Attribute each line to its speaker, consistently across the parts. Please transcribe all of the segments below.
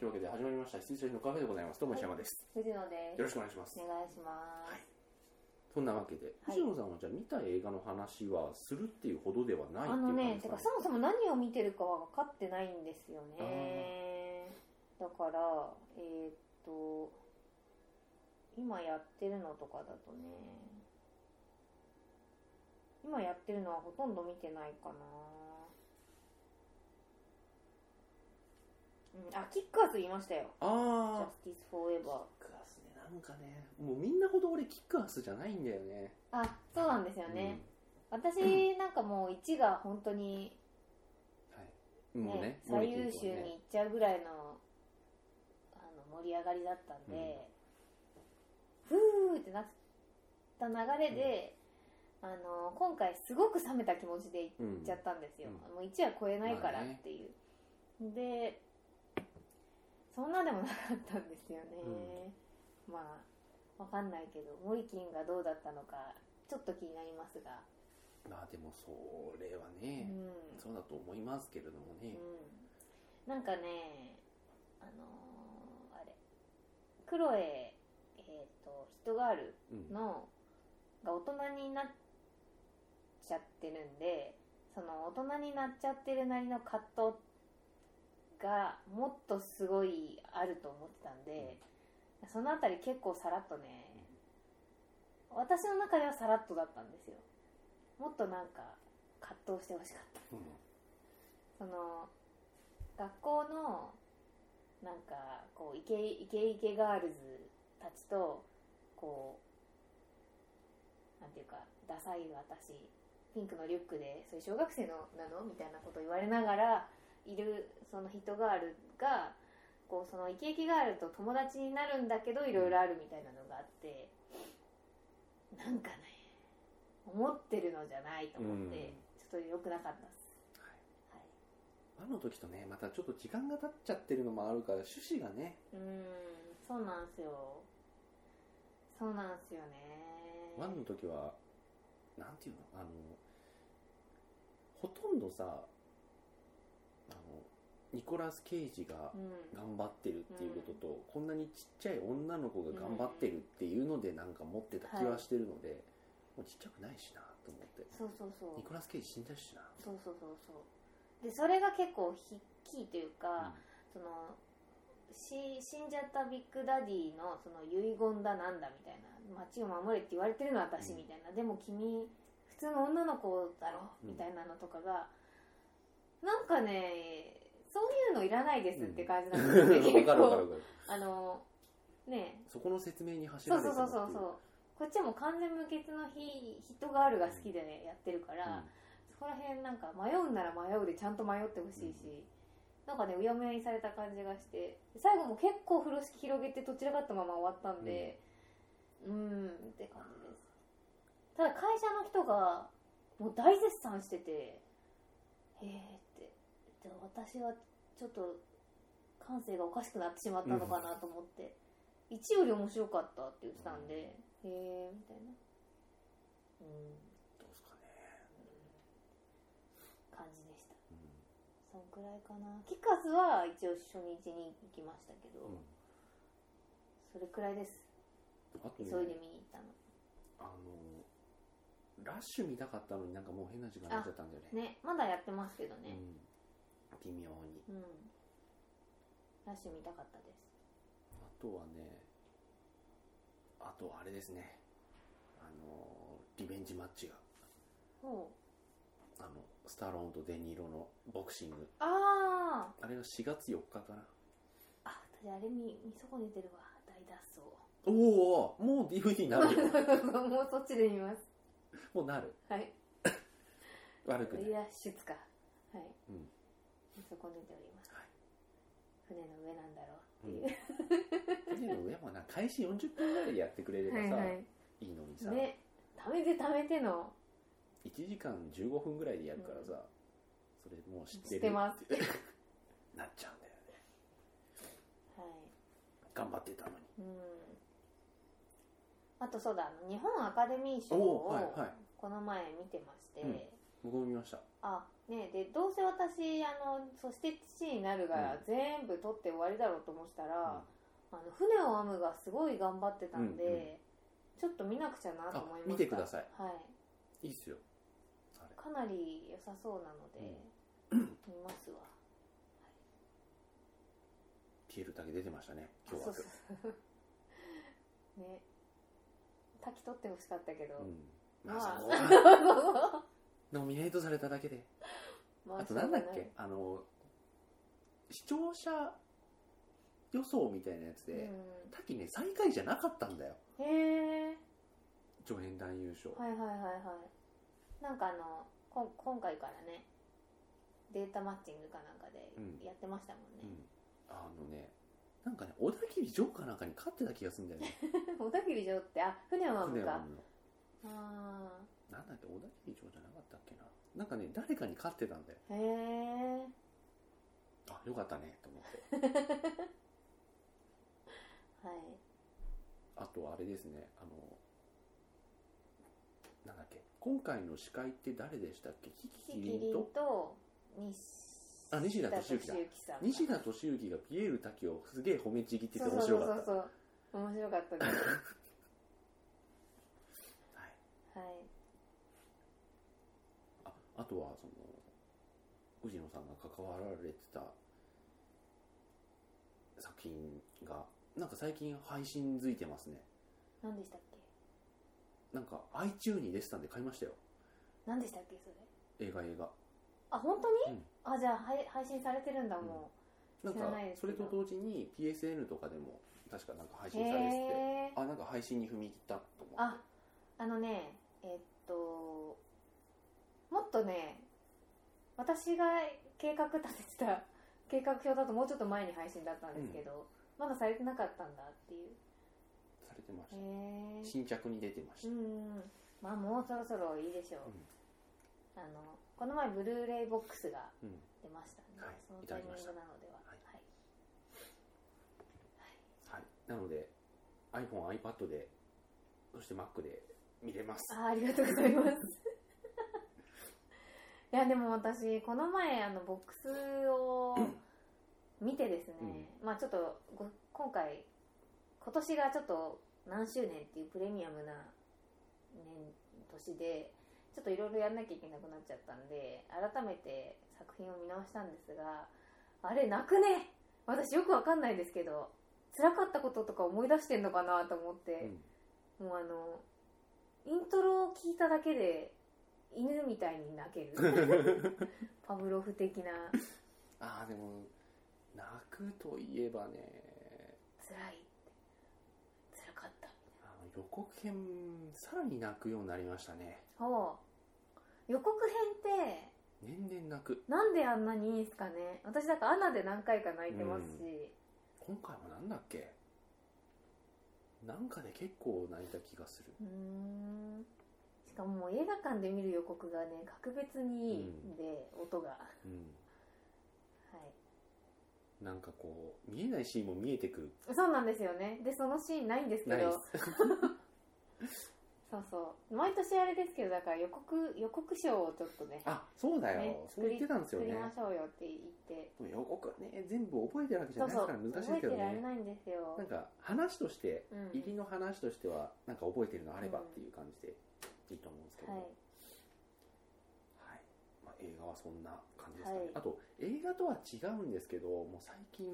Speaker 1: 始まりました水星のカフェでございますどうも石山です、
Speaker 2: 藤野です。
Speaker 1: よろしくお願いします、
Speaker 2: お願いします。
Speaker 1: そんなわけで
Speaker 2: は
Speaker 1: 藤
Speaker 2: い
Speaker 1: 野、さんはじゃあ見た映画の話はするっていうほどではないって
Speaker 2: あのね、
Speaker 1: い
Speaker 2: て
Speaker 1: う
Speaker 2: か
Speaker 1: 感じ
Speaker 2: そもそも何を見てるかは分かってないんですよね。だから、えーっと、今やってるのとかだとね、今やってるのはほとんど見てないかな。うん、あ、キッカーズいましたよ。ジャ
Speaker 1: あ
Speaker 2: スティス・フォーエバー
Speaker 1: あ。キックアスねなんかねもうみんなほど俺キックアスじゃないんだよね
Speaker 2: あ、そうなんですよね。私なんかもう1が本当に、
Speaker 1: うん
Speaker 2: ね
Speaker 1: はいもうね
Speaker 2: 最優秀
Speaker 1: 森田
Speaker 2: に行っちゃうぐらいのあの盛り上がりだったんで、ふーってなった流れで、あの今回すごく冷めた気持ちで
Speaker 1: 君
Speaker 2: 行っち
Speaker 1: と
Speaker 2: ゃ
Speaker 1: はね
Speaker 2: ったんですよ、
Speaker 1: う
Speaker 2: もう1は超えないからっていう、でそんなでもなかったんですよね、まあわかんないけどモリキンがどうだったのかちょっと気になりますが、
Speaker 1: うんまあでもそれは
Speaker 2: う
Speaker 1: ね、
Speaker 2: ん、
Speaker 1: そうだと思いますけれどもね、
Speaker 2: うん、なんかねあのーあれクロエえっ、とヒットガール
Speaker 1: うん
Speaker 2: のが大人になっちゃってるんでその大人になっちゃってるなりの葛藤がもっとすごいあると思ってたんで、そのあたり結構さらっとね私の中ではさらっとだったんですよもっとなんか葛藤してほしかったその学校のなんかこうイケイケイケガールズたちとこうなんていうかダサい私ピンクのリュックでそれ小学生のなのみたいなこと言われながらいるそのヒットガールがこうそのイケイケガールと友達になるんだけどいろいろあるみたいなのがあってなんかね思ってるのじゃないと思って、
Speaker 1: うん
Speaker 2: ちょっと良くなかったです。はい
Speaker 1: あの時とねまたちょっと時間が経っちゃってるのもあるから趣旨がね
Speaker 2: うーんそうなんすよそうなんすよね
Speaker 1: ワンの時はなんていうのあのほとんどさあのニコラス・ケイジが
Speaker 2: う
Speaker 1: 頑
Speaker 2: ん
Speaker 1: 張ってるっていうことと、こんなにちっちゃい女の子が頑張ってるっていうのでなんか持ってた気はしてるので、もうちっちゃくないしなと思って
Speaker 2: そうそうそう
Speaker 1: ニコラス・ケイジ死んだしな、
Speaker 2: そうそうそうそうでそれが結構ひキーとい
Speaker 1: うん
Speaker 2: うか、そのし死んじゃったビッグダディのその遺言だなんだみたいな街を守れって言われてるのは
Speaker 1: う
Speaker 2: 私
Speaker 1: ん
Speaker 2: みたいな、でも君普通の女の子だろ
Speaker 1: うん
Speaker 2: みたいなのとかが、なんかねそういうのいらないですって感じなんですよね、
Speaker 1: わ
Speaker 2: 結
Speaker 1: かるわかるわか
Speaker 2: 構
Speaker 1: る
Speaker 2: あのねえ
Speaker 1: そこの説明に走
Speaker 2: そ
Speaker 1: ら
Speaker 2: う
Speaker 1: れ
Speaker 2: そう
Speaker 1: て
Speaker 2: そうそうそうこっちはもう完全無欠の日ヒットガールが好きでやってるから、そこら辺なんか迷うんなら迷うでちゃんと迷ってほしいし、なんかねうやむやにされた感じがして最後も結構風呂敷広げてどちらかったまま終わったんでうーんって感じですただ会社の人がもう大絶賛しててへえってで私はちょっと感性がおかしくなってしまったのかなと思って、一より面白かったって言ってたんで、へえみたいなうん
Speaker 1: どうですかね、
Speaker 2: 感じでした
Speaker 1: うん
Speaker 2: そんくらいかなキカスは一応初日に行きましたけど、
Speaker 1: うん
Speaker 2: それくらいです
Speaker 1: あと
Speaker 2: 急い
Speaker 1: ね
Speaker 2: で見に行ったの、
Speaker 1: あのラッシュ見たかったのになんかもう変な時間になっちゃったんだよね
Speaker 2: ねまだやってますけどね
Speaker 1: うん、微妙に
Speaker 2: うん、ラッシュ見たかったです
Speaker 1: あとはねあとはあれですねあのリベンジマッチが
Speaker 2: ほう
Speaker 1: あのスタローンとデニーロのボクシング
Speaker 2: あー
Speaker 1: あれが4月4日かな
Speaker 2: あ私あれ見見損ねてるわ大脱走
Speaker 1: おおもう DVD になるよ
Speaker 2: もうそっちで見ます
Speaker 1: もうなる
Speaker 2: はい
Speaker 1: 悪くない、
Speaker 2: リアシュツかはい、
Speaker 1: うん
Speaker 2: 見損ねております、
Speaker 1: はい
Speaker 2: 船の上なんだろ
Speaker 1: う
Speaker 2: うっ
Speaker 1: ん
Speaker 2: ていう、
Speaker 1: だけどやっぱな開始40分ぐらいでやってくれればさ、
Speaker 2: はい
Speaker 1: い、
Speaker 2: はい
Speaker 1: のにさ、
Speaker 2: いね貯めて貯めての
Speaker 1: 1時間15分ぐらいでやるからさ、それもう知って
Speaker 2: 知
Speaker 1: る
Speaker 2: ってます
Speaker 1: なっちゃうんだよね
Speaker 2: はい
Speaker 1: 頑張ってたのに
Speaker 2: うんあとそうだあの日本アカデミー賞
Speaker 1: おーはいは
Speaker 2: を
Speaker 1: い
Speaker 2: この前見てまして、
Speaker 1: うん僕も見ました
Speaker 2: あねでどうせ私あのそして父になるが
Speaker 1: うん
Speaker 2: 全部取って終わりだろうと思ってたら、あの船を編むがすごい頑張ってたん
Speaker 1: うん
Speaker 2: で、ちょっと見なくちゃなと思いまし
Speaker 1: あ
Speaker 2: た
Speaker 1: 見てください
Speaker 2: はい、
Speaker 1: いいっすよあれ
Speaker 2: かなり良さそうなので、見ますわ
Speaker 1: ピエールだけ出てましたね今日
Speaker 2: そ
Speaker 1: は
Speaker 2: うそう そうね滝取ってほしかったけど、
Speaker 1: うん
Speaker 2: ま
Speaker 1: ま
Speaker 2: あ
Speaker 1: あそこは
Speaker 2: ま
Speaker 1: ノミネートされただけであとなんだっけあの視聴者予想みたいなやつ
Speaker 2: しょうがない
Speaker 1: で、滝ね最下位じゃなかったんだよ
Speaker 2: うん、へえ
Speaker 1: 上演男優賞、
Speaker 2: はいはいはいはいなんかあのこん今回からねデータマッチングかなんかで
Speaker 1: うん
Speaker 2: やってましたもん
Speaker 1: う
Speaker 2: ね、
Speaker 1: ん、あのねなんかね小田切城かなんかに勝ってた気がするんだよ ね
Speaker 2: 小田切城ってあ船を編
Speaker 1: 船
Speaker 2: む
Speaker 1: を
Speaker 2: か
Speaker 1: 編むの
Speaker 2: あ
Speaker 1: なんだっけ小田切城じゃなかったっけななんかね誰かに勝ってたんだよ
Speaker 2: ーへえ
Speaker 1: あよかったねと思って
Speaker 2: はい
Speaker 1: あとあれですねあのなんだっけ今回の司会って誰でしたっけキキ
Speaker 2: キ
Speaker 1: キ
Speaker 2: キ
Speaker 1: リ
Speaker 2: リ
Speaker 1: ン
Speaker 2: ン
Speaker 1: と
Speaker 2: と西
Speaker 1: あ西田敏行だ
Speaker 2: 敏行さんか
Speaker 1: 西田敏行がピエール滝をすげえ褒めちぎってて
Speaker 2: そう
Speaker 1: 面
Speaker 2: そう
Speaker 1: 白
Speaker 2: そう
Speaker 1: かった
Speaker 2: そうそう面白かったです
Speaker 1: はい、
Speaker 2: はい
Speaker 1: ああとはその藤野さんが関わられてた作品がなんか最近配信づいてますね
Speaker 2: 何でしたっけ
Speaker 1: なんか iTune に出てたんで買いましたよ
Speaker 2: 何でしたっけそれ
Speaker 1: 映画映画
Speaker 2: あ本当に、
Speaker 1: うん
Speaker 2: あじゃあはい配信されてるんだも
Speaker 1: なん
Speaker 2: 知ら
Speaker 1: か
Speaker 2: ないです
Speaker 1: そ
Speaker 2: け
Speaker 1: れ
Speaker 2: ど
Speaker 1: と同時に PSN とかでも確かなんか配
Speaker 2: う、
Speaker 1: 信されてて
Speaker 2: へえ
Speaker 1: あなんか配信に踏み切ったと思って
Speaker 2: ああのねえっともっとね私が計画立ててた 計画表だともうちょっと前に配信だったんですけど、まだされてなかったんだっていう
Speaker 1: されてました、
Speaker 2: へえ
Speaker 1: 新着に出てまし
Speaker 2: う
Speaker 1: た、
Speaker 2: んまあもうそろそろいいでしょう、あのこの前ブルーレイボックスが
Speaker 1: うん
Speaker 2: 出ましたんで、
Speaker 1: はい
Speaker 2: その
Speaker 1: いた
Speaker 2: タ
Speaker 1: だ
Speaker 2: イ
Speaker 1: き
Speaker 2: ミン
Speaker 1: ま
Speaker 2: グ
Speaker 1: した
Speaker 2: なのでは
Speaker 1: はい
Speaker 2: はい
Speaker 1: はい、なので iPhone、iPad でそして Mac で見れます
Speaker 2: あーありがとうございます いやでも私この前あのボックスを見てですね、まあちょっとご今回今年がちょっと何周年っていうプレミアムな年年でちょっといろいろやんなきゃいけなくなっちゃったんで改めて作品を見直したんですがあれ泣くね私よくわかんないですけど辛かったこととか思い出してんのかなと思って、
Speaker 1: うん
Speaker 2: もうあのイントロを聞いただけで犬みたいに泣ける パブロフ的な
Speaker 1: ああでも泣くといえばね
Speaker 2: 辛い辛かった
Speaker 1: あの予告編さらに泣くようになりましたね
Speaker 2: ほう予告編って
Speaker 1: 年々泣く
Speaker 2: なんであんなにいいんすかね私だからアナで何回か泣いてますし、
Speaker 1: 今回もなんだっけなんかで結構泣いた気がする
Speaker 2: うーんしかももう映画館で見る予告がね格別にいいんで、音がは
Speaker 1: うん
Speaker 2: い
Speaker 1: なんかこう見えないシーンも見えてくる
Speaker 2: そうなんですよねでそのシーンないんですけ
Speaker 1: ナイ
Speaker 2: ど
Speaker 1: ス
Speaker 2: そうそう毎年あれですけどだから予告予告賞をちょっとね
Speaker 1: あそうだよ、
Speaker 2: ね
Speaker 1: そう言ってたんですよ
Speaker 2: 作り
Speaker 1: ね
Speaker 2: ましょうよって言って
Speaker 1: でも予告はね全部覚えてるわけじゃ
Speaker 2: そ
Speaker 1: な
Speaker 2: う
Speaker 1: い
Speaker 2: そ
Speaker 1: か
Speaker 2: う
Speaker 1: ら難しいですけど
Speaker 2: 覚えてられ
Speaker 1: ね
Speaker 2: ないんですよ
Speaker 1: なんか話として
Speaker 2: うん
Speaker 1: 入りの話としてはなんか覚えてるのあればっていう感じでいいと思うんですけど、
Speaker 2: はい
Speaker 1: はいまあ、映画はそんな感じですかね、あ
Speaker 2: はい
Speaker 1: と映画とは違うんですけどもう最近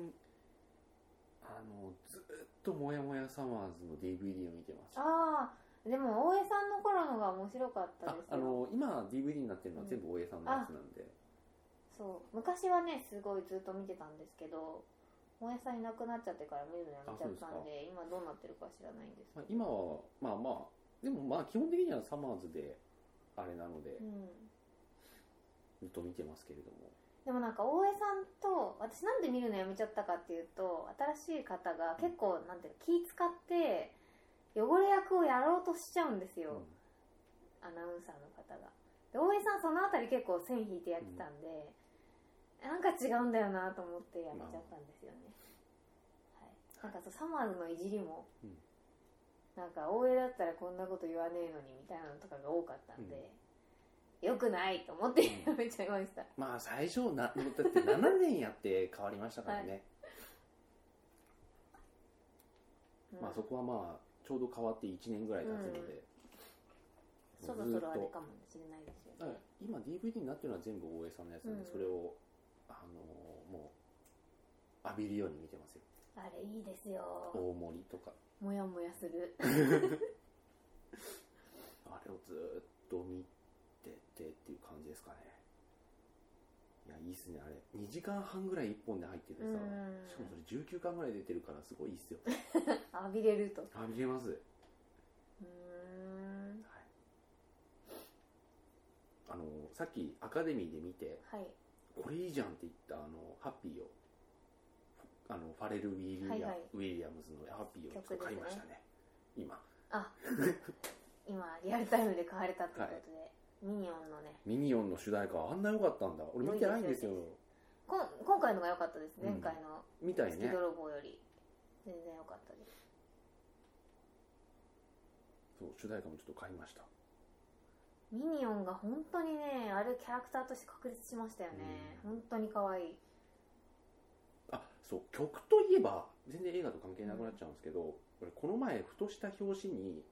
Speaker 1: あのずっと「もやもやサマーズ」の DVD を見てます
Speaker 2: ああでも大江さんの頃のが面白かった
Speaker 1: あ
Speaker 2: です
Speaker 1: あ
Speaker 2: よ
Speaker 1: の今 DVD になってるのは全部大江さんのやつなんで、
Speaker 2: そう昔はねすごいずっと見てたんですけど大江さんいなくなっちゃってから見るのやめちゃったんで今どうなってるか知らないんです
Speaker 1: ま
Speaker 2: け
Speaker 1: あ
Speaker 2: ど、、
Speaker 1: 今はまあまあでもまあ基本的にはサマーズであれなので
Speaker 2: うん、
Speaker 1: ずっと見てますけれども
Speaker 2: でもなんか大江さんと私なんで見るのやめちゃったかっていうと新しい方が結構なんていうの気使って汚れ役をやろうとしちゃうんですよ、
Speaker 1: う
Speaker 2: アナウンサーの方がで大江さんそのあたり結構線引いてやってたんで、なんか違うんだよなと思ってやめちゃったんですよね、はい、なんかそうサマーズのいじりも、
Speaker 1: うん
Speaker 2: なんか大江だったらこんなこと言わねえのにみたいなのとかが多かったんで、良くないと思ってやめちゃいました、
Speaker 1: まあ最初なだ って7年やって変わりましたからね、
Speaker 2: うん
Speaker 1: まあそこはまあちょうど変わって1年ぐらい経つので、
Speaker 2: そろそろあれかもしれないです
Speaker 1: だ
Speaker 2: よ
Speaker 1: か
Speaker 2: ね
Speaker 1: ら今 DVD になってるのは全部大江さんのやつなんで、
Speaker 2: うん
Speaker 1: それをあのーもう浴びるように見てますよ
Speaker 2: あれいいですよ
Speaker 1: 大森とか
Speaker 2: もやもやする
Speaker 1: あれをずーっと見ててっていう感じですかねいやいいっすねあれ2時間半ぐらい1本で入ってて
Speaker 2: う
Speaker 1: さ
Speaker 2: ん
Speaker 1: しかもそれ19巻ぐらい出てるからすごいいいっすよ
Speaker 2: 浴びれると
Speaker 1: 浴びれます、は
Speaker 2: うー
Speaker 1: い、
Speaker 2: ん
Speaker 1: あのーさっきアカデミーで見て
Speaker 2: はい
Speaker 1: これいいじゃんって言ったあのハッピーをあのファレル・ウィリアム
Speaker 2: はいはい
Speaker 1: ウィリアムズのハッピーをちょっと買いましたね今
Speaker 2: あ今リアルタイムで買われたっていうことで、ミニオンのね
Speaker 1: ミニオンの主題歌あんな良かったんだ俺見てないんですよ
Speaker 2: いいですこん今回のが良かったです
Speaker 1: うん
Speaker 2: 前回の
Speaker 1: みたい
Speaker 2: 月
Speaker 1: ね
Speaker 2: 泥棒より全然良かったです、
Speaker 1: そう主題歌もちょっと買いました、
Speaker 2: ミニオンが本当にねあれキャラクターとして確立しましたよね、
Speaker 1: う
Speaker 2: 本当に可愛い
Speaker 1: あそう曲といえば全然映画と関係なくなっちゃうんですけど、俺この前ふとした表紙に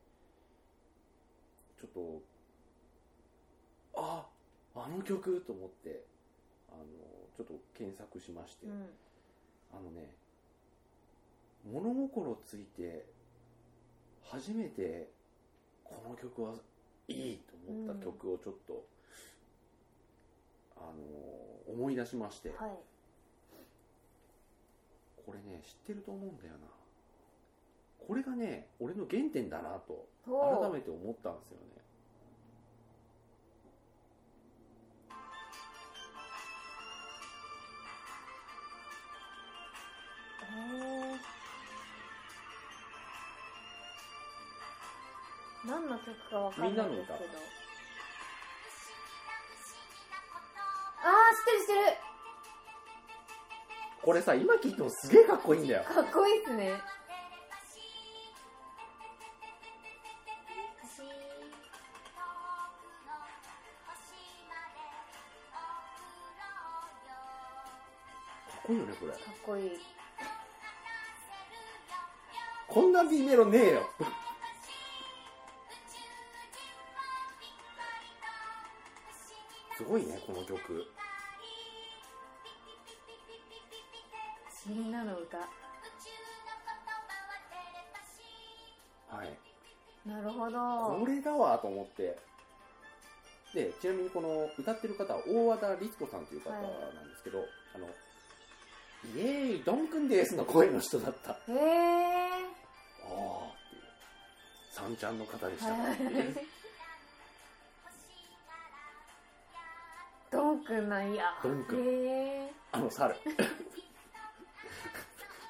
Speaker 1: ちょっとああの曲と思ってあのちょっと検索しまして、
Speaker 2: うん
Speaker 1: あのね物心ついて初めてこの曲はいいと思った曲をちょっと、あの思い出しまして、
Speaker 2: はい
Speaker 1: これね知ってると思うんだよなこれがね俺の原点だなと
Speaker 2: お
Speaker 1: 改
Speaker 2: ー
Speaker 1: めて思ったんですよね
Speaker 2: へー何の曲かわかんな
Speaker 1: み
Speaker 2: いですけど
Speaker 1: んなの
Speaker 2: ああ知ってる知ってる
Speaker 1: これさ今聴いてもすげえかっこいいんだよ
Speaker 2: かっこいいっすね。
Speaker 1: かっこいいよねこれ
Speaker 2: かっこいい。
Speaker 1: こんな B メロねえよすごいねこの曲
Speaker 2: みんなの歌。
Speaker 1: はい
Speaker 2: なるほ
Speaker 1: こ
Speaker 2: ど。
Speaker 1: れだわと思ってでちなみにこの歌ってる方は大和田律子さんという方なんですけど、あの「イエーイドンくんです」の声の人だったあ
Speaker 2: へえ。
Speaker 1: あっていうさんちゃんの方でしたかっていう
Speaker 2: はいドンくんなんや。
Speaker 1: ドンくん
Speaker 2: へえ。
Speaker 1: あの猿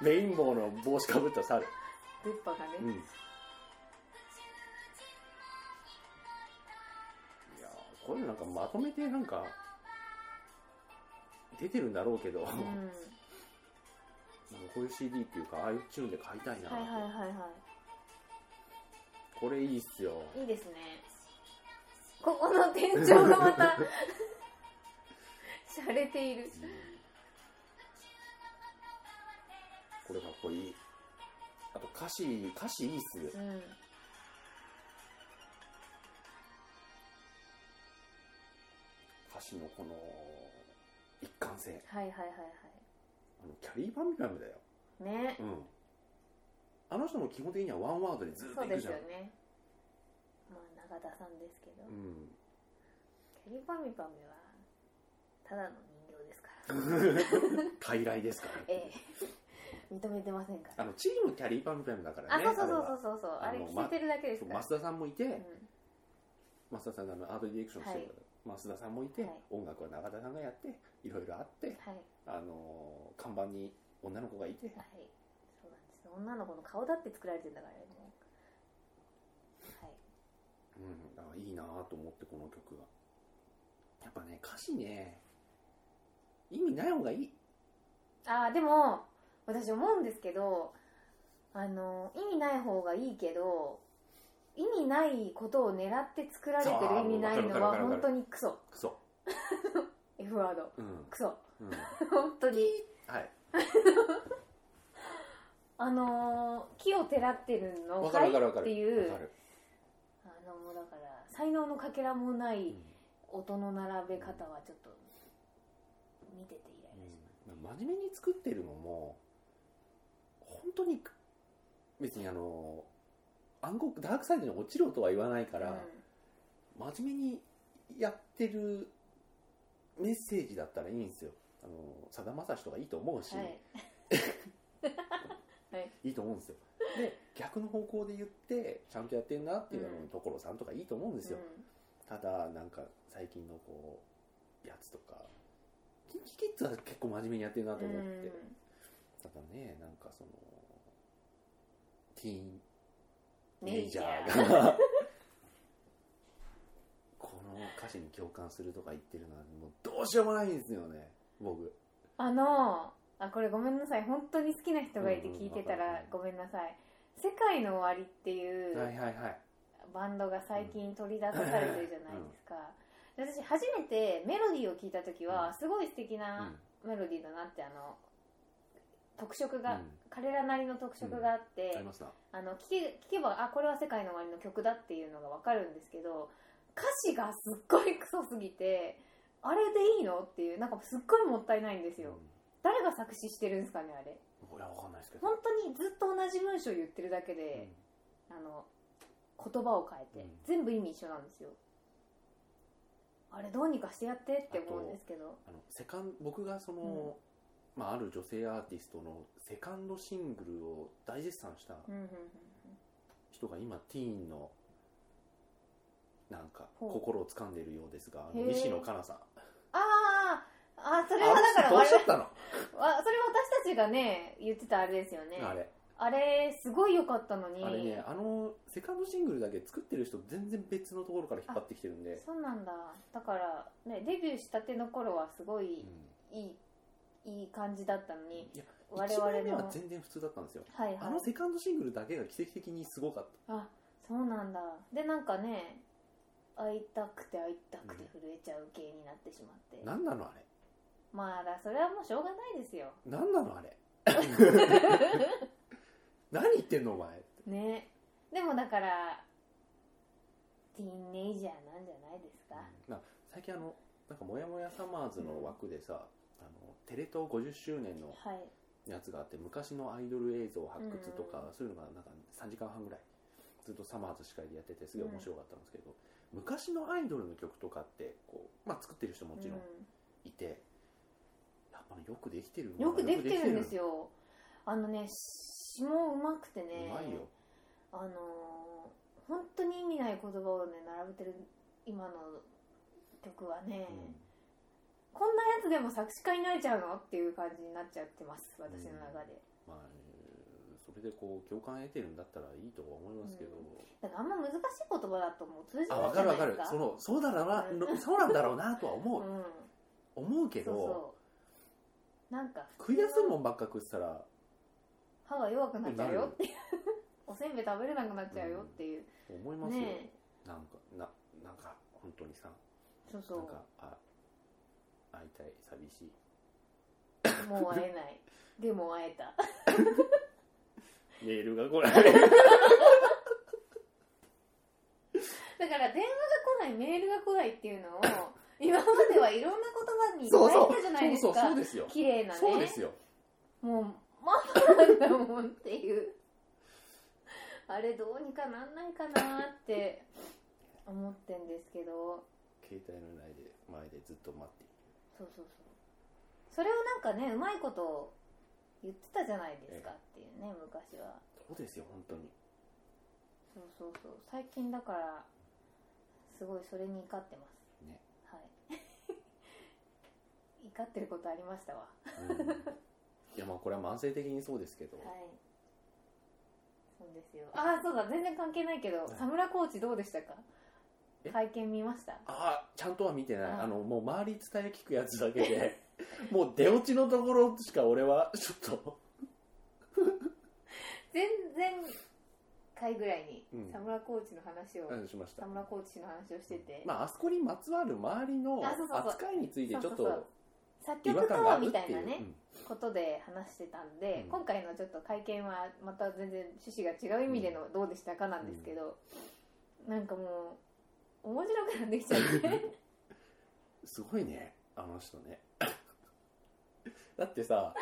Speaker 1: レインボーの帽子かぶった猿
Speaker 2: 出っ歯が
Speaker 1: うん
Speaker 2: ね。
Speaker 1: いやーこういうのなんかまとめてなんか出てるんだろうけど、
Speaker 2: うん。
Speaker 1: なんかこういう CD っていうかああいうチューンで買いたいな、
Speaker 2: はいはいはいは
Speaker 1: これいいっすよ
Speaker 2: い。いいですね。ここの店長が また。洒落ている。
Speaker 1: これかっこいいあと歌詞歌詞いいっす
Speaker 2: うん。
Speaker 1: 歌詞のこの一貫性
Speaker 2: はいはいは
Speaker 1: あのキャリーバミュラムだよ
Speaker 2: いはい。ね。
Speaker 1: うんあの人も基本的にはワンワードでずっと
Speaker 2: そう
Speaker 1: いく
Speaker 2: で
Speaker 1: じ
Speaker 2: す
Speaker 1: ゃ
Speaker 2: よ
Speaker 1: ん
Speaker 2: ね。まあ、永田さんですけど。
Speaker 1: うん
Speaker 2: キャリバミバミはただの人形ですから
Speaker 1: 傀儡ですから、
Speaker 2: ええ 認めてませんか
Speaker 1: あ
Speaker 2: ら
Speaker 1: のチームキャリーパンパンだから
Speaker 2: あ
Speaker 1: ね
Speaker 2: そうそう
Speaker 1: あれは
Speaker 2: そうそうそうそうあれ
Speaker 1: あの
Speaker 2: 聞いてるだけです
Speaker 1: そう
Speaker 2: から、
Speaker 1: 増田さんもいて、
Speaker 2: うん
Speaker 1: 増田さんがあのアートディレクションしてるから、増田さんもいて、
Speaker 2: はい
Speaker 1: 音楽は永田さんがやっていろいろあって
Speaker 2: はいはい
Speaker 1: あのー看板に女の子がいて
Speaker 2: そうなんです女の子の顔だって作られてんだからねもうはい
Speaker 1: うん、だからいいなぁと思ってこの曲はやっぱね歌詞ね意味ない方がいい
Speaker 2: あーでも私思うんですけどあの意味ない方がいいけど意味ないことを狙って作られて
Speaker 1: そう
Speaker 2: る意味ないの
Speaker 1: わ
Speaker 2: は
Speaker 1: かるわかるわか
Speaker 2: 本
Speaker 1: る
Speaker 2: 当にクソ
Speaker 1: クソ
Speaker 2: F ワード
Speaker 1: うん、
Speaker 2: クソ
Speaker 1: うん、
Speaker 2: 本当に
Speaker 1: はい
Speaker 2: あのー木をてらってるの
Speaker 1: わか
Speaker 2: か
Speaker 1: る
Speaker 2: い
Speaker 1: わかるわか
Speaker 2: っ
Speaker 1: る
Speaker 2: ていう
Speaker 1: わかる
Speaker 2: あのもうだから才能のかけらもな
Speaker 1: う
Speaker 2: い
Speaker 1: ん
Speaker 2: 音の並べ方はちょっと見ててイライラし
Speaker 1: うん真面目に作ってるのも本当に別にあの暗黒ダークサイドに落ちろとは言わないか
Speaker 2: た、
Speaker 1: ら、真面目にやってるメッセージだったらいいんですよあのさだまさしとかいいと思うし、
Speaker 2: うんはいい、
Speaker 1: いと思うんですよで逆の方向で言ってちゃんとやってんなっていうの
Speaker 2: う
Speaker 1: も
Speaker 2: ん
Speaker 1: 所さんとかいいと思うんですよ、ただなんか最近のこうやつとかキンキキッズは結構真面目にやってるなと
Speaker 2: う
Speaker 1: 思って、
Speaker 2: ん
Speaker 1: ただねなんかそのティーン
Speaker 2: ネ
Speaker 1: ネ
Speaker 2: イ
Speaker 1: イ
Speaker 2: ジ
Speaker 1: ジ
Speaker 2: ャ
Speaker 1: ャ
Speaker 2: ー
Speaker 1: ーが この歌詞に共感するとか言ってるのはもうどうしようもないんですよね僕
Speaker 2: あのーあこれごめんなさい本当に好きな人がいて聞いてた
Speaker 1: うんうんわ
Speaker 2: ら
Speaker 1: かる
Speaker 2: ごめんなさい「世界の終わり」ってい
Speaker 1: はいうはいはい
Speaker 2: バンドが最近取り出されてるじゃないですか、で私初めてメロディーを聞いた時はすごい素敵
Speaker 1: う
Speaker 2: なんメロディーだなってあの特色
Speaker 1: う
Speaker 2: が、
Speaker 1: ん
Speaker 2: 彼らなりの特色があって、
Speaker 1: ありますな
Speaker 2: あの聞け聞けばあこれは「世界の終わり」の曲だっていうのが分かるんですけど歌詞がすっごいクソすぎてあれでいいのっていうなんかすっごいもったいないんですよ、誰が作詞してるんですかねあれ
Speaker 1: うんいやわかんないですけど
Speaker 2: 本当にずっと同じ文章言ってるだけで、あの言葉を変えて、
Speaker 1: うん
Speaker 2: 全部意味一緒なんですよあれどうにかしてやってって思うんですけど
Speaker 1: あのセカン僕がその、まあ、ある女性アーティストのセカンドシングルを大絶賛した
Speaker 2: うんうんうん
Speaker 1: 人が今ティーンのなんか
Speaker 2: ほう
Speaker 1: 心を掴んでいるようですがあの
Speaker 2: へー
Speaker 1: 西野カナさん
Speaker 2: あーあそ
Speaker 1: あ
Speaker 2: れはだから
Speaker 1: どう
Speaker 2: 我
Speaker 1: しちゃ
Speaker 2: 々
Speaker 1: ったの
Speaker 2: あそれ私たちがね言ってたあれですよね
Speaker 1: あれ
Speaker 2: あれすごい良かったのに
Speaker 1: あれねあのセカンドシングルだけ作ってる人全然別のところから引っ張ってきてるんで、
Speaker 2: そうなんだだから、ね、デビューしたての頃はすご
Speaker 1: う
Speaker 2: い
Speaker 1: ん、
Speaker 2: いいいい感じだったのに
Speaker 1: いや
Speaker 2: 我
Speaker 1: 1
Speaker 2: 々
Speaker 1: 枚目は
Speaker 2: の
Speaker 1: 全然普通だったんですよ
Speaker 2: はい
Speaker 1: あ
Speaker 2: は
Speaker 1: の
Speaker 2: い
Speaker 1: セカンドシングルだけが奇跡的にすごかっ
Speaker 2: あそうなんだでなんかね会いたくて会いたくて震えちゃう系になってしまって、
Speaker 1: た何なのあれ
Speaker 2: まあだそれはもうしょうがないです よ
Speaker 1: 何なのあれ何言ってんのお前
Speaker 2: ねでもだからティーンネイジャーなんじゃないですか、
Speaker 1: な最近あのなんか「もやもやサマーズ」の枠でさ、あのテレ東50周年の
Speaker 2: はい
Speaker 1: やつがあって昔のアイドル映像発掘とか、
Speaker 2: う
Speaker 1: そういうのがなんか3時間半ぐらいずっとサマーズ司会でやっててすごい面白かったんですけど、昔のアイドルの曲とかってこう、まあ、作ってる人もちろんいて、やっぱねよくできてる
Speaker 2: うんよくできてるんです
Speaker 1: よ
Speaker 2: よあのね詩もうまくて
Speaker 1: う
Speaker 2: ね
Speaker 1: まいよ、
Speaker 2: あのー本当に意味ない言葉をね並べてる今の曲はね、
Speaker 1: うん
Speaker 2: こんなやつでも作詞家になれちゃうのっていう感じになっちゃってます私の中で、
Speaker 1: まあえーそれでこう共感得てるんだったらいいとは思いますけど、
Speaker 2: うだからあんま難しい言葉だともう通じ
Speaker 1: あ
Speaker 2: ない
Speaker 1: わ
Speaker 2: じ
Speaker 1: か
Speaker 2: ゃ
Speaker 1: る
Speaker 2: な
Speaker 1: わか
Speaker 2: いです
Speaker 1: る
Speaker 2: か
Speaker 1: そのそうだろうな、
Speaker 2: う
Speaker 1: の
Speaker 2: ん
Speaker 1: そうなんだろうなとは思う、
Speaker 2: うん
Speaker 1: 思うけど
Speaker 2: そうそうなんか
Speaker 1: 食いやすいもんばっか食ってたら
Speaker 2: 歯が弱くなっちゃうよ
Speaker 1: なる
Speaker 2: っていう おせんべい食べれなくなっちゃうよっていう、
Speaker 1: 思いますよ、
Speaker 2: ねえ
Speaker 1: なんかななんか本当にさ
Speaker 2: そうそ
Speaker 1: なん
Speaker 2: う
Speaker 1: かあ会いたい寂しい
Speaker 2: もう会えないでも会えた
Speaker 1: メールが来ない
Speaker 2: だから電話が来ないメールが来ないっていう のを今まではいろんな言葉に
Speaker 1: そうそう
Speaker 2: 変えたじゃないです
Speaker 1: そうそう
Speaker 2: か
Speaker 1: そうですよ、
Speaker 2: 綺麗なね
Speaker 1: そうですよ
Speaker 2: もうママなんだもんっていうあれどうにかなんないかなって思ってんですけど
Speaker 1: 携帯のないで前でずっと待っている
Speaker 2: そうそうそうそれをなんかねうまいこと言ってたじゃないですかっていうね昔は
Speaker 1: そうですよ本当に
Speaker 2: そうそうそう最近だからすごいそれに怒ってます
Speaker 1: ね
Speaker 2: はい 怒ってることありましたわ
Speaker 1: うんいやまあこれは慢性的にそうですけど、
Speaker 2: はい。そうですよ。ああ、そうだ、全然関係ないけど、
Speaker 1: い
Speaker 2: サムラコーチどうでしたか
Speaker 1: え
Speaker 2: 会見見ました
Speaker 1: ああちゃんとは見てない
Speaker 2: あ
Speaker 1: あのもう周り伝え聞くやつだけで もう出落ちのところしか俺はちょっと
Speaker 2: 全然回ぐらいに
Speaker 1: うん
Speaker 2: 佐村コーチの話を、
Speaker 1: うんしました
Speaker 2: 佐村コーチの話をしてて、
Speaker 1: まああそこにまつわる周りの
Speaker 2: あそうそうそう
Speaker 1: 扱いについてちょっ
Speaker 2: そうそう
Speaker 1: と
Speaker 2: 作
Speaker 1: 違和
Speaker 2: 曲と
Speaker 1: 感があ
Speaker 2: は
Speaker 1: るって
Speaker 2: みたい
Speaker 1: い
Speaker 2: な
Speaker 1: う、
Speaker 2: ね、ことで話してたんで、
Speaker 1: うん
Speaker 2: 今回のちょっと会見はまた全然趣旨が違う意味でのどうでしたかなんですけど、なんかもう面白くなってきちゃって
Speaker 1: うんすごいねあの人ねだってさ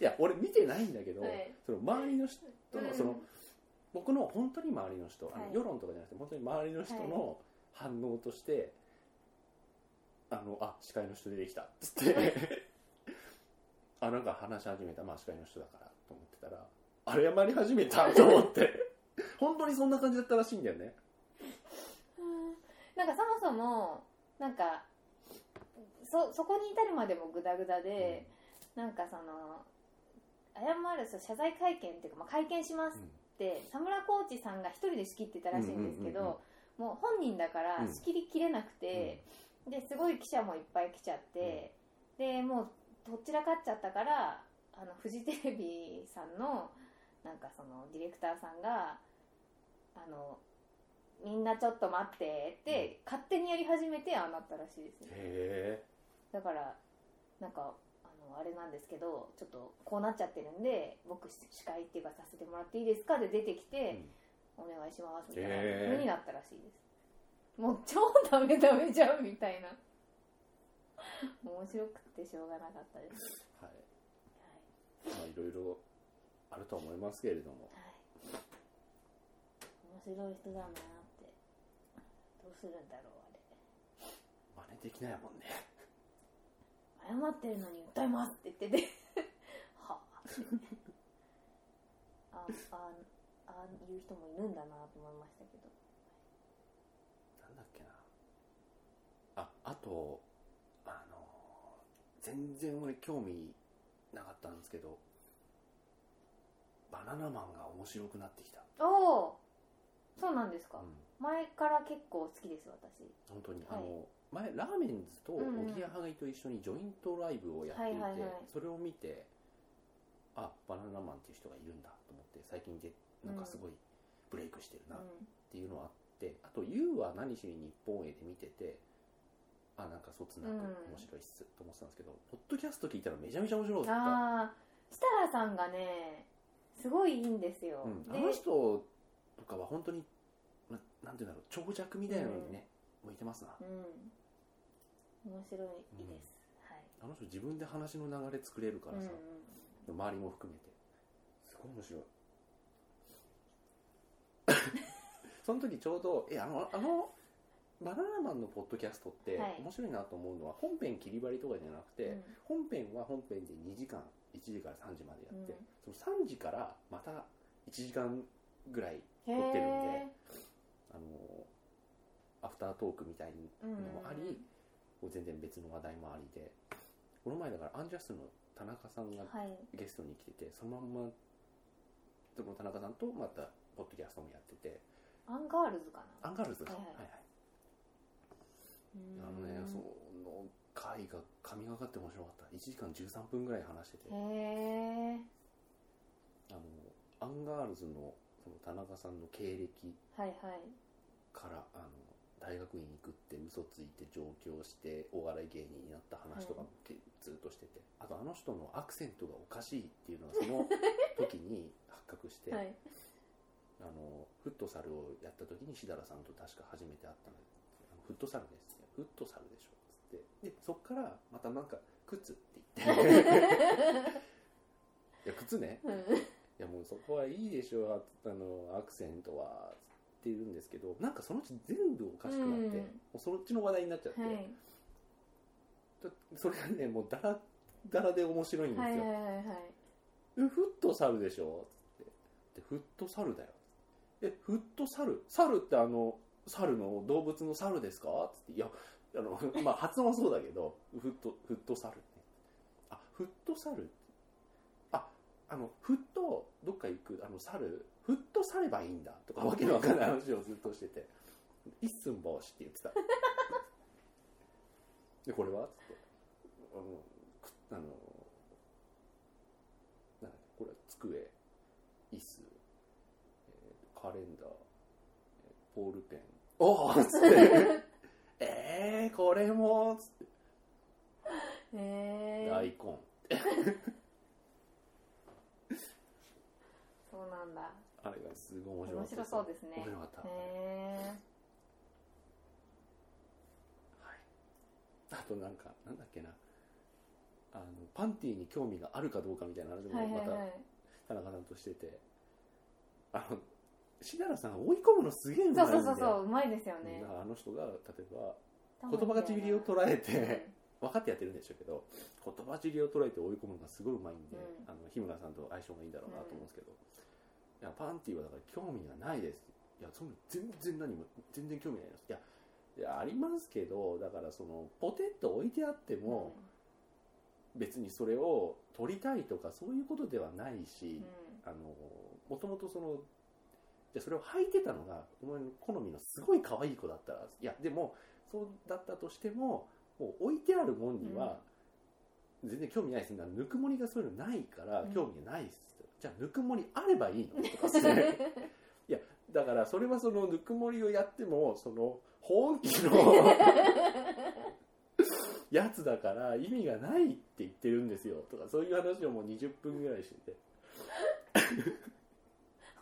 Speaker 1: いや俺見てないんだ けど、
Speaker 2: はい
Speaker 1: その周りの人の、
Speaker 2: うん
Speaker 1: その僕の本当に周りの人、あ
Speaker 2: は
Speaker 1: の
Speaker 2: い
Speaker 1: 世論とかじゃなくて本当に周りの人の反応として、あのあ司会の人出てきたっつってあなんか話し始めた、まあ、司会の人だからと思ってたらあれ謝り始めたと思って本当にそんな感じだったらしいんだよね
Speaker 2: なんかそもそもなんかそそこに至るまでもグダグダで、なんかその謝るそう謝罪会見っていうか、まあ、会見しますって佐村コーチさんが一人で仕切ってたらしいんですけど、
Speaker 1: うんうんうん
Speaker 2: もう本人だから仕切りきれなくて、ですごい記者もいっぱい来ちゃって、でもうどちらかっちゃったからあのフジテレビさんのなんかそのディレクターさんが「あのみんなちょっと待って」って勝手にやり始めてああなったらしいですね
Speaker 1: へ。え
Speaker 2: だからなんかあのあれなんですけどちょっとこうなっちゃってるんで僕司会っていうかさせてもらっていいですかで出てきて、お願いしますみたいな
Speaker 1: へー
Speaker 2: 風になったらしいですもう超ダメダメじゃんみたいな面白くてしょうがなかったです、
Speaker 1: はいま
Speaker 2: は
Speaker 1: あいろいろあると思いますけれども
Speaker 2: いはい、面白い人だなってどうするんだろうあれ
Speaker 1: 真似できないもんね
Speaker 2: 謝ってるのに訴えますって言っててはあああああいう人もいるんだなと思いましたけど
Speaker 1: なんだっけなああとあの全然俺興味なかったんですけどバナナマンが面白くなってきた、
Speaker 2: おおそうなんです
Speaker 1: う
Speaker 2: か、
Speaker 1: ん、
Speaker 2: 前から結構好きです私
Speaker 1: 本当に、
Speaker 2: はい
Speaker 1: あの前ラーメンズと
Speaker 2: うんうん
Speaker 1: おぎやはぎと一緒にジョイントライブをやっていて、
Speaker 2: はいはいはい
Speaker 1: それを見てあバナナマンっていう人がいるんだと思って最近でなんかすごいブレイクしてる
Speaker 2: う
Speaker 1: なっ
Speaker 2: ん
Speaker 1: ていうのはあってあと「YOU は何しに日本へ」で見ててあなんかそつなく
Speaker 2: うん
Speaker 1: 面白いっすと思ってたんですけど、ポッドキャスト聞いたらめちゃめちゃ面白かっ
Speaker 2: ああ設楽さんがねすごいいいんですよ、
Speaker 1: た、うんあ
Speaker 2: で
Speaker 1: の人とかは本当にななんていうんだろう長尺みたいなのにね、向いてますな
Speaker 2: うん面白いです、はい
Speaker 1: あの人自分で話の流れ作れるか
Speaker 2: うん
Speaker 1: ら
Speaker 2: うん
Speaker 1: さ、周りも含めてすごい面白い その時ちょうどえあのあのバナナマンのポッドキャストって
Speaker 2: はい
Speaker 1: 面白いなと思うのは本編切り張りとかじゃなくて、
Speaker 2: うん
Speaker 1: 本編は本編で2時間1時から3時までやって、その3時からまた1時間ぐらい
Speaker 2: へ
Speaker 1: 撮ってるんで
Speaker 2: え
Speaker 1: あのアフタートークみたいに
Speaker 2: うん
Speaker 1: のもあり、こう全然別の話題もありでこの前だからアンジャスの田中さんが
Speaker 2: はい
Speaker 1: ゲストに来ててそのまんまその田中さんとまたポッドキャストもやってて
Speaker 2: アンガールズか
Speaker 1: ア
Speaker 2: な
Speaker 1: ンガールズが、
Speaker 2: は
Speaker 1: はいい
Speaker 2: は
Speaker 1: はいい
Speaker 2: うん
Speaker 1: あのねその回が神がかって面白かった1時間13分ぐらい話してて
Speaker 2: へえ
Speaker 1: あのアンガールズのその田中さんの経歴
Speaker 2: はいはい
Speaker 1: からあの大学院に行くって嘘ついて上京してお笑い芸人になった話とかもけずっとしててあとあの人のアクセントがおかしいっていうのはその時に発覚して、
Speaker 2: はい
Speaker 1: あのフットサルをやった時にしだらさんと確か初めて会ったのであのフットサルですねフットサルでしょっつってでそっからまたなんか靴って言ってい や靴ね
Speaker 2: う
Speaker 1: い
Speaker 2: ん
Speaker 1: やもうそこはいいでしょああのアクセントはって言うんですけどなんかそのうち全部おかしくなって、
Speaker 2: うん
Speaker 1: もうそのうちの話題になっちゃって、
Speaker 2: はい
Speaker 1: ちょそれがねもうだらだらで面白いんですよ、
Speaker 2: はいはいはい
Speaker 1: えフットサルでしょつってでフットサルだよえフットサルサルってあの猿の動物の猿ですかつっていやあの まあ発音はそうだけどフットフットサルねあフットサルああのフットどっか行くあの猿フットさればいいんだとかわけのわかんない話をずっとしてて一寸法師って言ってた でこれはつってあのくあのなんだっけこれ机椅子カレンダーえボールペンおおっつって「 えー、これも」つって
Speaker 2: へ
Speaker 1: 大
Speaker 2: え
Speaker 1: 根
Speaker 2: そうなんだ
Speaker 1: あれがすごい面白かっ
Speaker 2: 面
Speaker 1: た
Speaker 2: 白そうですね
Speaker 1: 面白かった、
Speaker 2: へえ
Speaker 1: あとなんかなんだっけなあのパンティに興味があるかどうかみたいな話
Speaker 2: はい
Speaker 1: もま
Speaker 2: はい
Speaker 1: た
Speaker 2: はい
Speaker 1: 田中さんとしててあのしだらさん追い込むのすげえうま
Speaker 2: そ
Speaker 1: い
Speaker 2: う
Speaker 1: だ
Speaker 2: んそ
Speaker 1: よ
Speaker 2: うそうそううまいですよね
Speaker 1: だからあの人が例えば言葉がちぎりを捉えて分かってやってるんでしょうけど言葉尻を捉えて追い込むのがすごいうまいんで、
Speaker 2: うん
Speaker 1: あの日村さんと相性がいいんだろうなと思うんですけど、いやパンティはだから興味がないですいやそんな全然何も全然興味ないですいやいやありますけどだからそのポテッと置いてあって
Speaker 2: うん
Speaker 1: も、別にそれを取りたいとかそういうことではないし
Speaker 2: う、ん
Speaker 1: あのもともとそのじゃあそれを履いてたのがお前の好みのすごい可愛い子だったらいやでもそうだったとしてももう置いてあるもんには全然興味ないですだからぬくもりがそういうのないから
Speaker 2: うん
Speaker 1: 興味がないです、じゃあぬくもりあればいいのとかっす ねだからそれはそのぬくもりをやってもその保温器 のやつだから意味がないって言ってるんですよとかそういう話をもう20分ぐらいしてて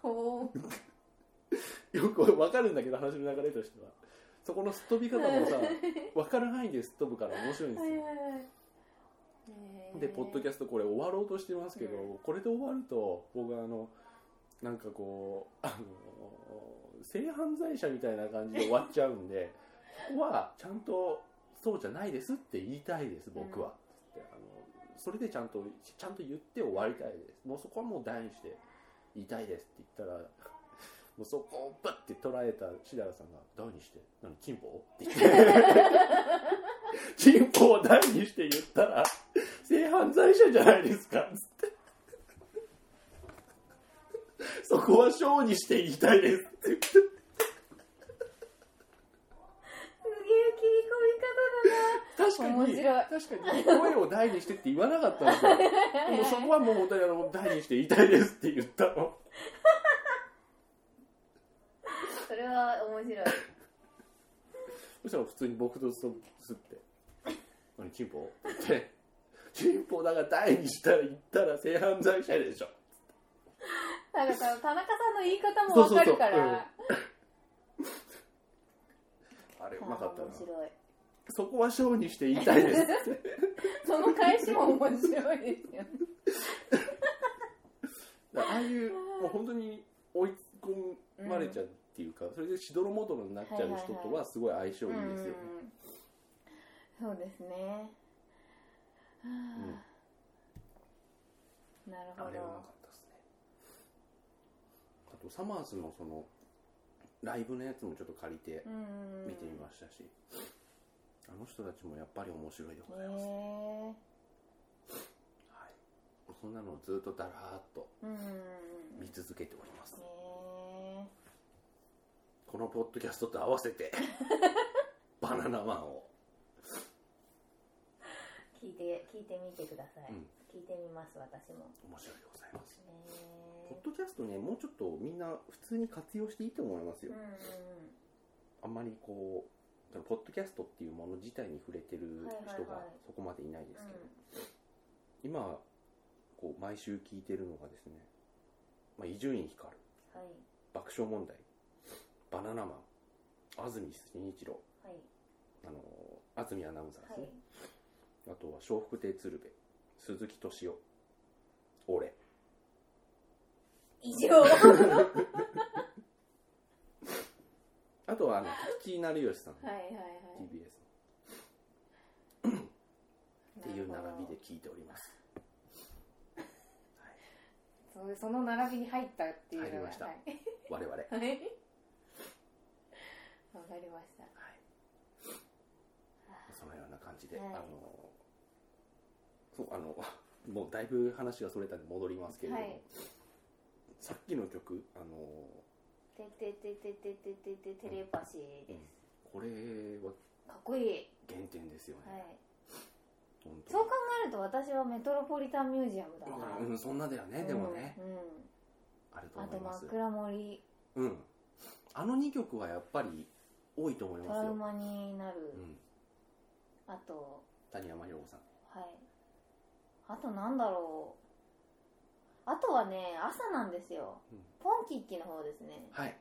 Speaker 2: ほう
Speaker 1: よくわかるんだけど話の流れとしてはそこのすっ飛び方もさわかる範囲ですっ飛ぶから面白いんです
Speaker 2: はいはい
Speaker 1: よ
Speaker 2: はい へ
Speaker 1: でポッドキャストこれ終わろうとしてますけど、
Speaker 2: う
Speaker 1: これで終わると僕はあのなんかこうあの性犯罪者みたいな感じで終わっちゃうんで ここはちゃんとそうじゃないですって言いたいです僕は、つってあのそれでちゃんとちゃんと言って終わりたいですもうそこはもう大にして言いたいですって言ったらもうそこをバッて捉えたしだらさんが「大にして何チンポ?」って言って「チンポを大にして言ったら性犯罪者じゃないですか」つって「そこは小にして言いたいです」って言って
Speaker 2: すげえ切り込み方だな
Speaker 1: 確か
Speaker 2: 面
Speaker 1: に
Speaker 2: 白い
Speaker 1: 確かに声を大にしてって言わなかったんですよでもそこはもう本当にあの大にして言いたいですって言ったの
Speaker 2: それは面白い
Speaker 1: そしたら普通に僕とすって「何チンポ?」って言って「チンポだから大にしたら言ったら性犯罪者でしょ
Speaker 2: なんかその田中さんの言い方もわかるから
Speaker 1: そうそうそう」あれうまかったな
Speaker 2: 面白い
Speaker 1: そこは小にして言いたい です
Speaker 2: その返しも面白いですよね
Speaker 1: だからああいうもう本当に追い込まれちゃうっていうか、それでしどろもどろになっちゃう人とはすごい相性いいですよね、
Speaker 2: うんそうですね、はあなるほ
Speaker 1: あれはうまか
Speaker 2: ど
Speaker 1: ったですねあとサマーズのそのライブのやつもちょっと借りて
Speaker 2: うん
Speaker 1: 見てみましたし、あの人たちもやっぱり面白いでございます、
Speaker 2: へ
Speaker 1: はい、そんなのをずっとだらーっと
Speaker 2: えうん
Speaker 1: 見続けております、
Speaker 2: へえ
Speaker 1: このポッドキャストと合わせてバナナマンを
Speaker 2: 聞いて聞いてみてくださ
Speaker 1: う
Speaker 2: い、
Speaker 1: ん
Speaker 2: 聞いてみます私も
Speaker 1: 面白いでございます
Speaker 2: へ
Speaker 1: ポッ
Speaker 2: え
Speaker 1: ドキャストねもうちょっとみんな普通に活用していいと思います
Speaker 2: う
Speaker 1: よ、
Speaker 2: んうん
Speaker 1: あんまりこうそのポッドキャストっていうもの自体に触れてる人
Speaker 2: はいはい
Speaker 1: が
Speaker 2: はい
Speaker 1: そこまでいないですけど、
Speaker 2: うん
Speaker 1: 今こう毎週聞いてるのがですねまあ伊集院光
Speaker 2: はい
Speaker 1: 爆笑問題バナナマン安住紳一郎
Speaker 2: はい
Speaker 1: あの安住アナウンサーで
Speaker 2: は
Speaker 1: す
Speaker 2: い
Speaker 1: ね、あとは笑福亭鶴瓶鈴木敏夫俺
Speaker 2: 以上は
Speaker 1: あとはあの菊池成吉さん、
Speaker 2: いはいはい
Speaker 1: TBS っていう
Speaker 2: なる
Speaker 1: 並
Speaker 2: ほ
Speaker 1: び
Speaker 2: ど
Speaker 1: で聞いております
Speaker 2: そうその並びに入ったっていうのが
Speaker 1: 入りました
Speaker 2: はい
Speaker 1: 我々
Speaker 2: はいわかりました
Speaker 1: そのような感じで、
Speaker 2: はい
Speaker 1: あのそうあの もうだいぶ話がそれたんで戻りますけれども、
Speaker 2: はい
Speaker 1: さっきの曲あの
Speaker 2: ててててててててテレパシーです、
Speaker 1: これは
Speaker 2: かっこいい、
Speaker 1: 原点ですよね、
Speaker 2: はい、
Speaker 1: 本当
Speaker 2: そう考えると私はメトロポリタンミュージアムだ
Speaker 1: だ
Speaker 2: な
Speaker 1: からうんそんなだよね、でもね
Speaker 2: うんうん
Speaker 1: あると
Speaker 2: あ
Speaker 1: 思
Speaker 2: と
Speaker 1: います
Speaker 2: 枕森
Speaker 1: うんあの2曲はやっぱり多いと思い
Speaker 2: トラウ
Speaker 1: ま
Speaker 2: マになる
Speaker 1: すよ、うん、
Speaker 2: あと
Speaker 1: 谷山洋子さん
Speaker 2: はいあとなんだろうあとはね朝なんですよ、
Speaker 1: うん
Speaker 2: ポンキッキの方ですね
Speaker 1: はい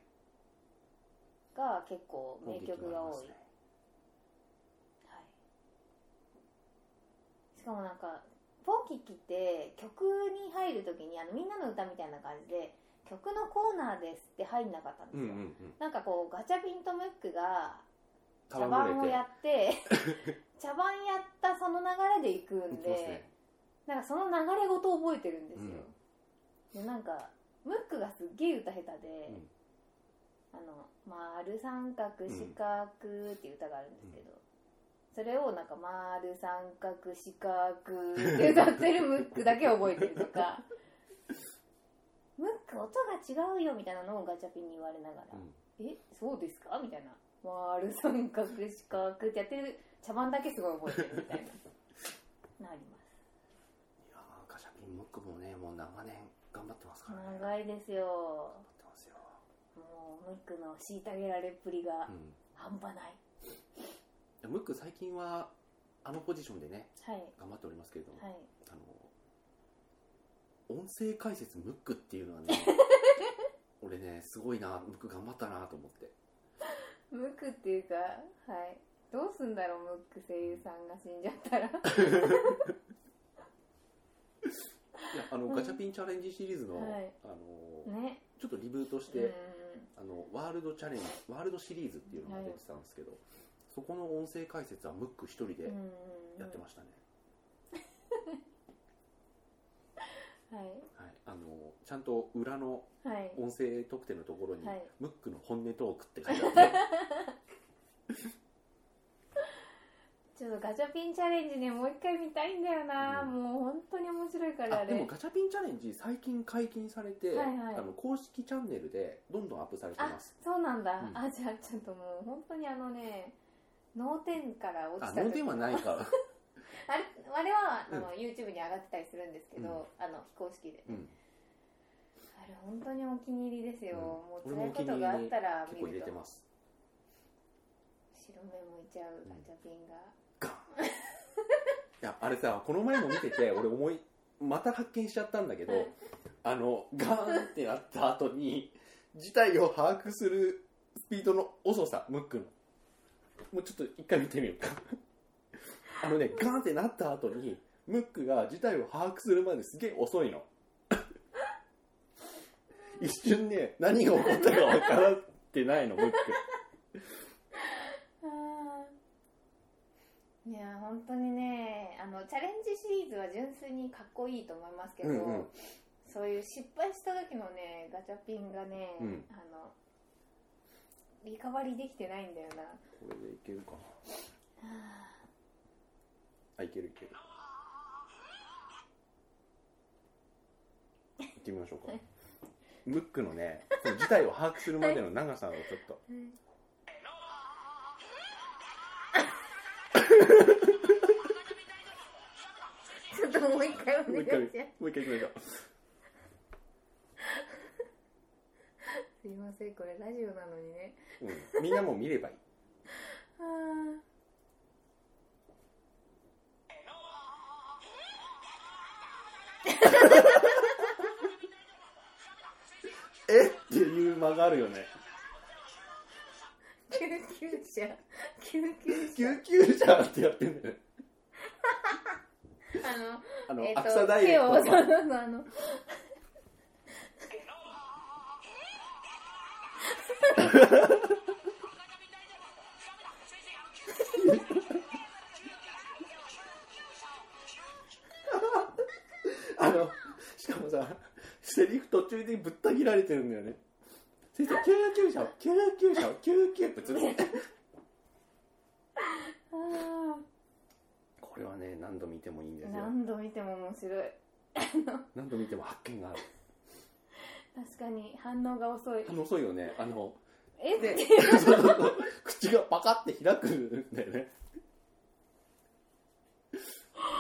Speaker 2: が結構名曲が多い、はい、しかもなんかポンキッキって曲に入る時にあのみんなの歌みたいな感じで曲のコーナーですって入んなかったんで
Speaker 1: うん
Speaker 2: す
Speaker 1: うん
Speaker 2: よ、
Speaker 1: うん
Speaker 2: なんかこうガチャピンとムックが茶
Speaker 1: 戯
Speaker 2: 番を
Speaker 1: れて
Speaker 2: やって 茶番やったその流れで行く
Speaker 1: い
Speaker 2: ん
Speaker 1: き
Speaker 2: で、
Speaker 1: ますね
Speaker 2: なんかその流れごと覚えてるんですよ、でなんかムックがすっげえ歌下手で
Speaker 1: うん
Speaker 2: 「あの丸三角四角」っていう歌があるんですけど、それをなんか「丸三角四角」って歌ってるムックだけ覚えてるとかムック音が違うよみたいなのをガチャピンに言われながら
Speaker 1: うん
Speaker 2: 「えそうですか?」みたいな「丸三角四角」ってやってる茶番だけすごい覚えてるみたいななります
Speaker 1: いやーガシャピンムックもねもう長年頑張ってますからね頑張っ
Speaker 2: 長いですよ
Speaker 1: てますよ、
Speaker 2: もうムックの虐げられっぷりが
Speaker 1: うん
Speaker 2: 半端ない、
Speaker 1: で、ムック最近はあのポジションでね
Speaker 2: はい
Speaker 1: 頑張っておりますけれども、
Speaker 2: はい
Speaker 1: あの音声解説ムックっていうのは ね俺ねすごいなムック頑張ったなと思って
Speaker 2: ムックっていうかはいどうすんだろうムック声優さんが死んじゃったら
Speaker 1: いやあの、
Speaker 2: うん
Speaker 1: ガチャピンチャレンジシリーズの,、
Speaker 2: はい
Speaker 1: あの
Speaker 2: ね
Speaker 1: ちょっとリブートして、
Speaker 2: う
Speaker 1: あのワールドチャレンジワールドシリーズっていうのが出てたんですけど、そこの音声解説はムック一人で
Speaker 2: んうん
Speaker 1: やってましたね、
Speaker 2: すはい
Speaker 1: はい、あのちゃんと裏の
Speaker 2: はい
Speaker 1: 音声特典のところに、
Speaker 2: はい
Speaker 1: ムックの本音トークって書いてあって、
Speaker 2: ちょっとガチャピンチャレンジねもう一回見たいんだよな、
Speaker 1: うん
Speaker 2: もう本当に面白い からあ
Speaker 1: あ
Speaker 2: れ
Speaker 1: でもガチャピンチャレンジ最近解禁されて、
Speaker 2: はいはい
Speaker 1: あの公式チャンネルでどんどんアップされて
Speaker 2: あ
Speaker 1: ます
Speaker 2: そうなんだ、
Speaker 1: うん
Speaker 2: あじゃあちょっともう本当にあのね脳天から落
Speaker 1: あ
Speaker 2: ちた
Speaker 1: 脳天はない から、
Speaker 2: あれあれはあ
Speaker 1: うん
Speaker 2: の、YouTube に上がってたりするんですけど、あの非公式で、
Speaker 1: うん、
Speaker 2: あれ本当にお気に入りですよ、
Speaker 1: うん
Speaker 2: もう辛いことがあったら
Speaker 1: 結
Speaker 2: 見
Speaker 1: 構入
Speaker 2: る
Speaker 1: れ
Speaker 2: と
Speaker 1: てます
Speaker 2: 白目向いちゃう
Speaker 1: うん
Speaker 2: ガチャピンが、
Speaker 1: ガンいやあれさこの前も見て て俺思いまた発見しちゃったんだけど、
Speaker 2: はい
Speaker 1: あのガーンってなった後に事態を把握するスピードの遅さムックのもうちょっと一回見てみよう かあのねガーンってなった後にムックが事態を把握するまですげえ遅 いの一瞬ね何が起こったか分からってないのムック
Speaker 2: あーいやー本当にねあのチャレンジシリーズは純粋にかっこいいと思いますけど、
Speaker 1: うんうん
Speaker 2: そういう失敗した時のねガチャピンがね、
Speaker 1: うん
Speaker 2: あのリカバリーできてないんだよ
Speaker 1: こ
Speaker 2: な
Speaker 1: れでいけるかなあいけるいける行ってみましょうかムックのねその事態を把握するまでの長さをちょっと
Speaker 2: うん ちょっともう一回お
Speaker 1: もう
Speaker 2: 願い
Speaker 1: 一回
Speaker 2: します
Speaker 1: もう一回いきましょう
Speaker 2: すいませんこれラジオなのにね
Speaker 1: うん、みんなも見ればいい
Speaker 2: あー
Speaker 1: えっていう間があるよね
Speaker 2: 救急車救急車
Speaker 1: 救急車ってやってんだよね
Speaker 2: あの
Speaker 1: あの、
Speaker 2: えっと
Speaker 1: アクサダイレクト
Speaker 2: 手をそ
Speaker 1: の
Speaker 2: うそうそうあの
Speaker 1: あのしかもさセリフ途中でぶった切られてるんだよね先生救急車救急車救急ってずっと
Speaker 2: あ
Speaker 1: これはね何度見てもいいんで
Speaker 2: ー
Speaker 1: すよ
Speaker 2: 何度見ても面白い
Speaker 1: 何度見ても発見がある
Speaker 2: 確かに反応が遅い
Speaker 1: あの遅いよねあの
Speaker 2: えって
Speaker 1: そうそうそう口がパカって開くんだよね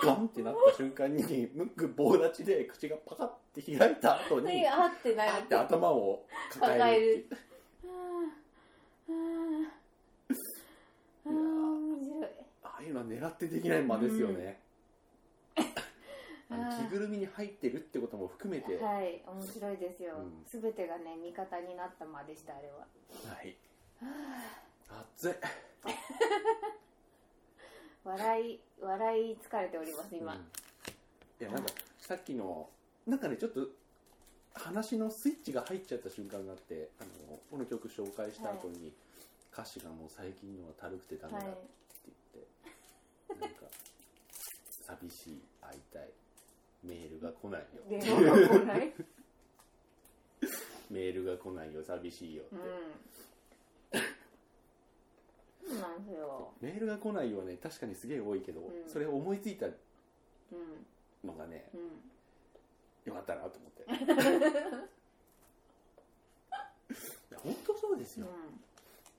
Speaker 1: ガンってなった瞬間にムック棒立ちで口がパカって開いた後
Speaker 2: 手
Speaker 1: に
Speaker 2: が合ってない
Speaker 1: パーって頭を抱
Speaker 2: 抱
Speaker 1: える
Speaker 2: える
Speaker 1: っていういうのは狙ってできない間ですよ ね、
Speaker 2: うん
Speaker 1: あの
Speaker 2: あー
Speaker 1: 着ぐるみに入ってるってことも含めて、はい
Speaker 2: はい面白いですよ
Speaker 1: うん
Speaker 2: すべ、てがね味方になった間でしたあれは
Speaker 1: 熱い
Speaker 2: 笑い笑い疲れております今、
Speaker 1: うんいやなんかさっきのなんかねちょっと話のスイッチが入っちゃった瞬間があってあのこの曲紹介した後に、歌詞がもう最近のはたるくてダメだ
Speaker 2: は
Speaker 1: っ
Speaker 2: い
Speaker 1: て言って、なんか寂しい会いたいメールが来ないよ
Speaker 2: 電話が来ない、
Speaker 1: メールが来ないよ寂しいよって、
Speaker 2: 嗯 うん、そうなんですよ
Speaker 1: メールが来ないよはね確かにすげえ多いけど、
Speaker 2: うん
Speaker 1: それを思いついた
Speaker 2: うん
Speaker 1: のがね
Speaker 2: うん
Speaker 1: よかったなと思 っていや本当そうです
Speaker 2: うん
Speaker 1: よ、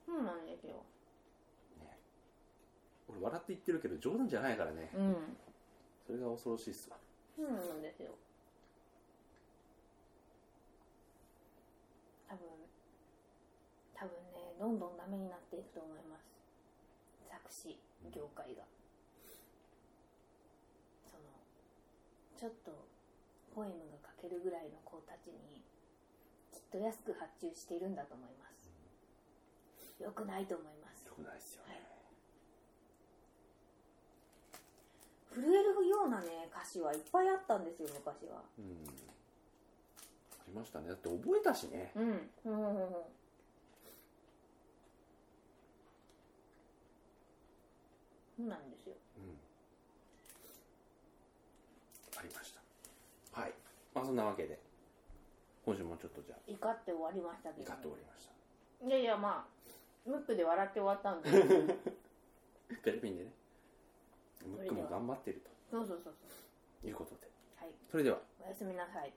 Speaker 2: そうなんですよ
Speaker 1: 俺笑って言ってるけど冗談じゃないからね、
Speaker 2: うん
Speaker 1: それが恐ろしいっすわ
Speaker 2: そうなんですよ多分多分ねどんどんダメになっていくと思います作詞業界がそのちょっとポエムが書けるぐらいの子たちにきっと安く発注しているんだと思いますよくないと思います
Speaker 1: よくないっすよね、
Speaker 2: 震えるようなね歌詞はいっぱいあったんですよ昔は
Speaker 1: うんありましたねだって覚えたしね
Speaker 2: うんうんうんうんそうなんですよ
Speaker 1: うんありましたはいまあそんなわけで今週もちょっとじゃあ
Speaker 2: 怒って終わりましたけど
Speaker 1: 怒っておりました
Speaker 2: いやいやまあムックで笑って終わったんで
Speaker 1: ガルピンでねムックも頑張ってる
Speaker 2: そうそうそうそう
Speaker 1: ということで
Speaker 2: はい
Speaker 1: それでは
Speaker 2: おやすみなさい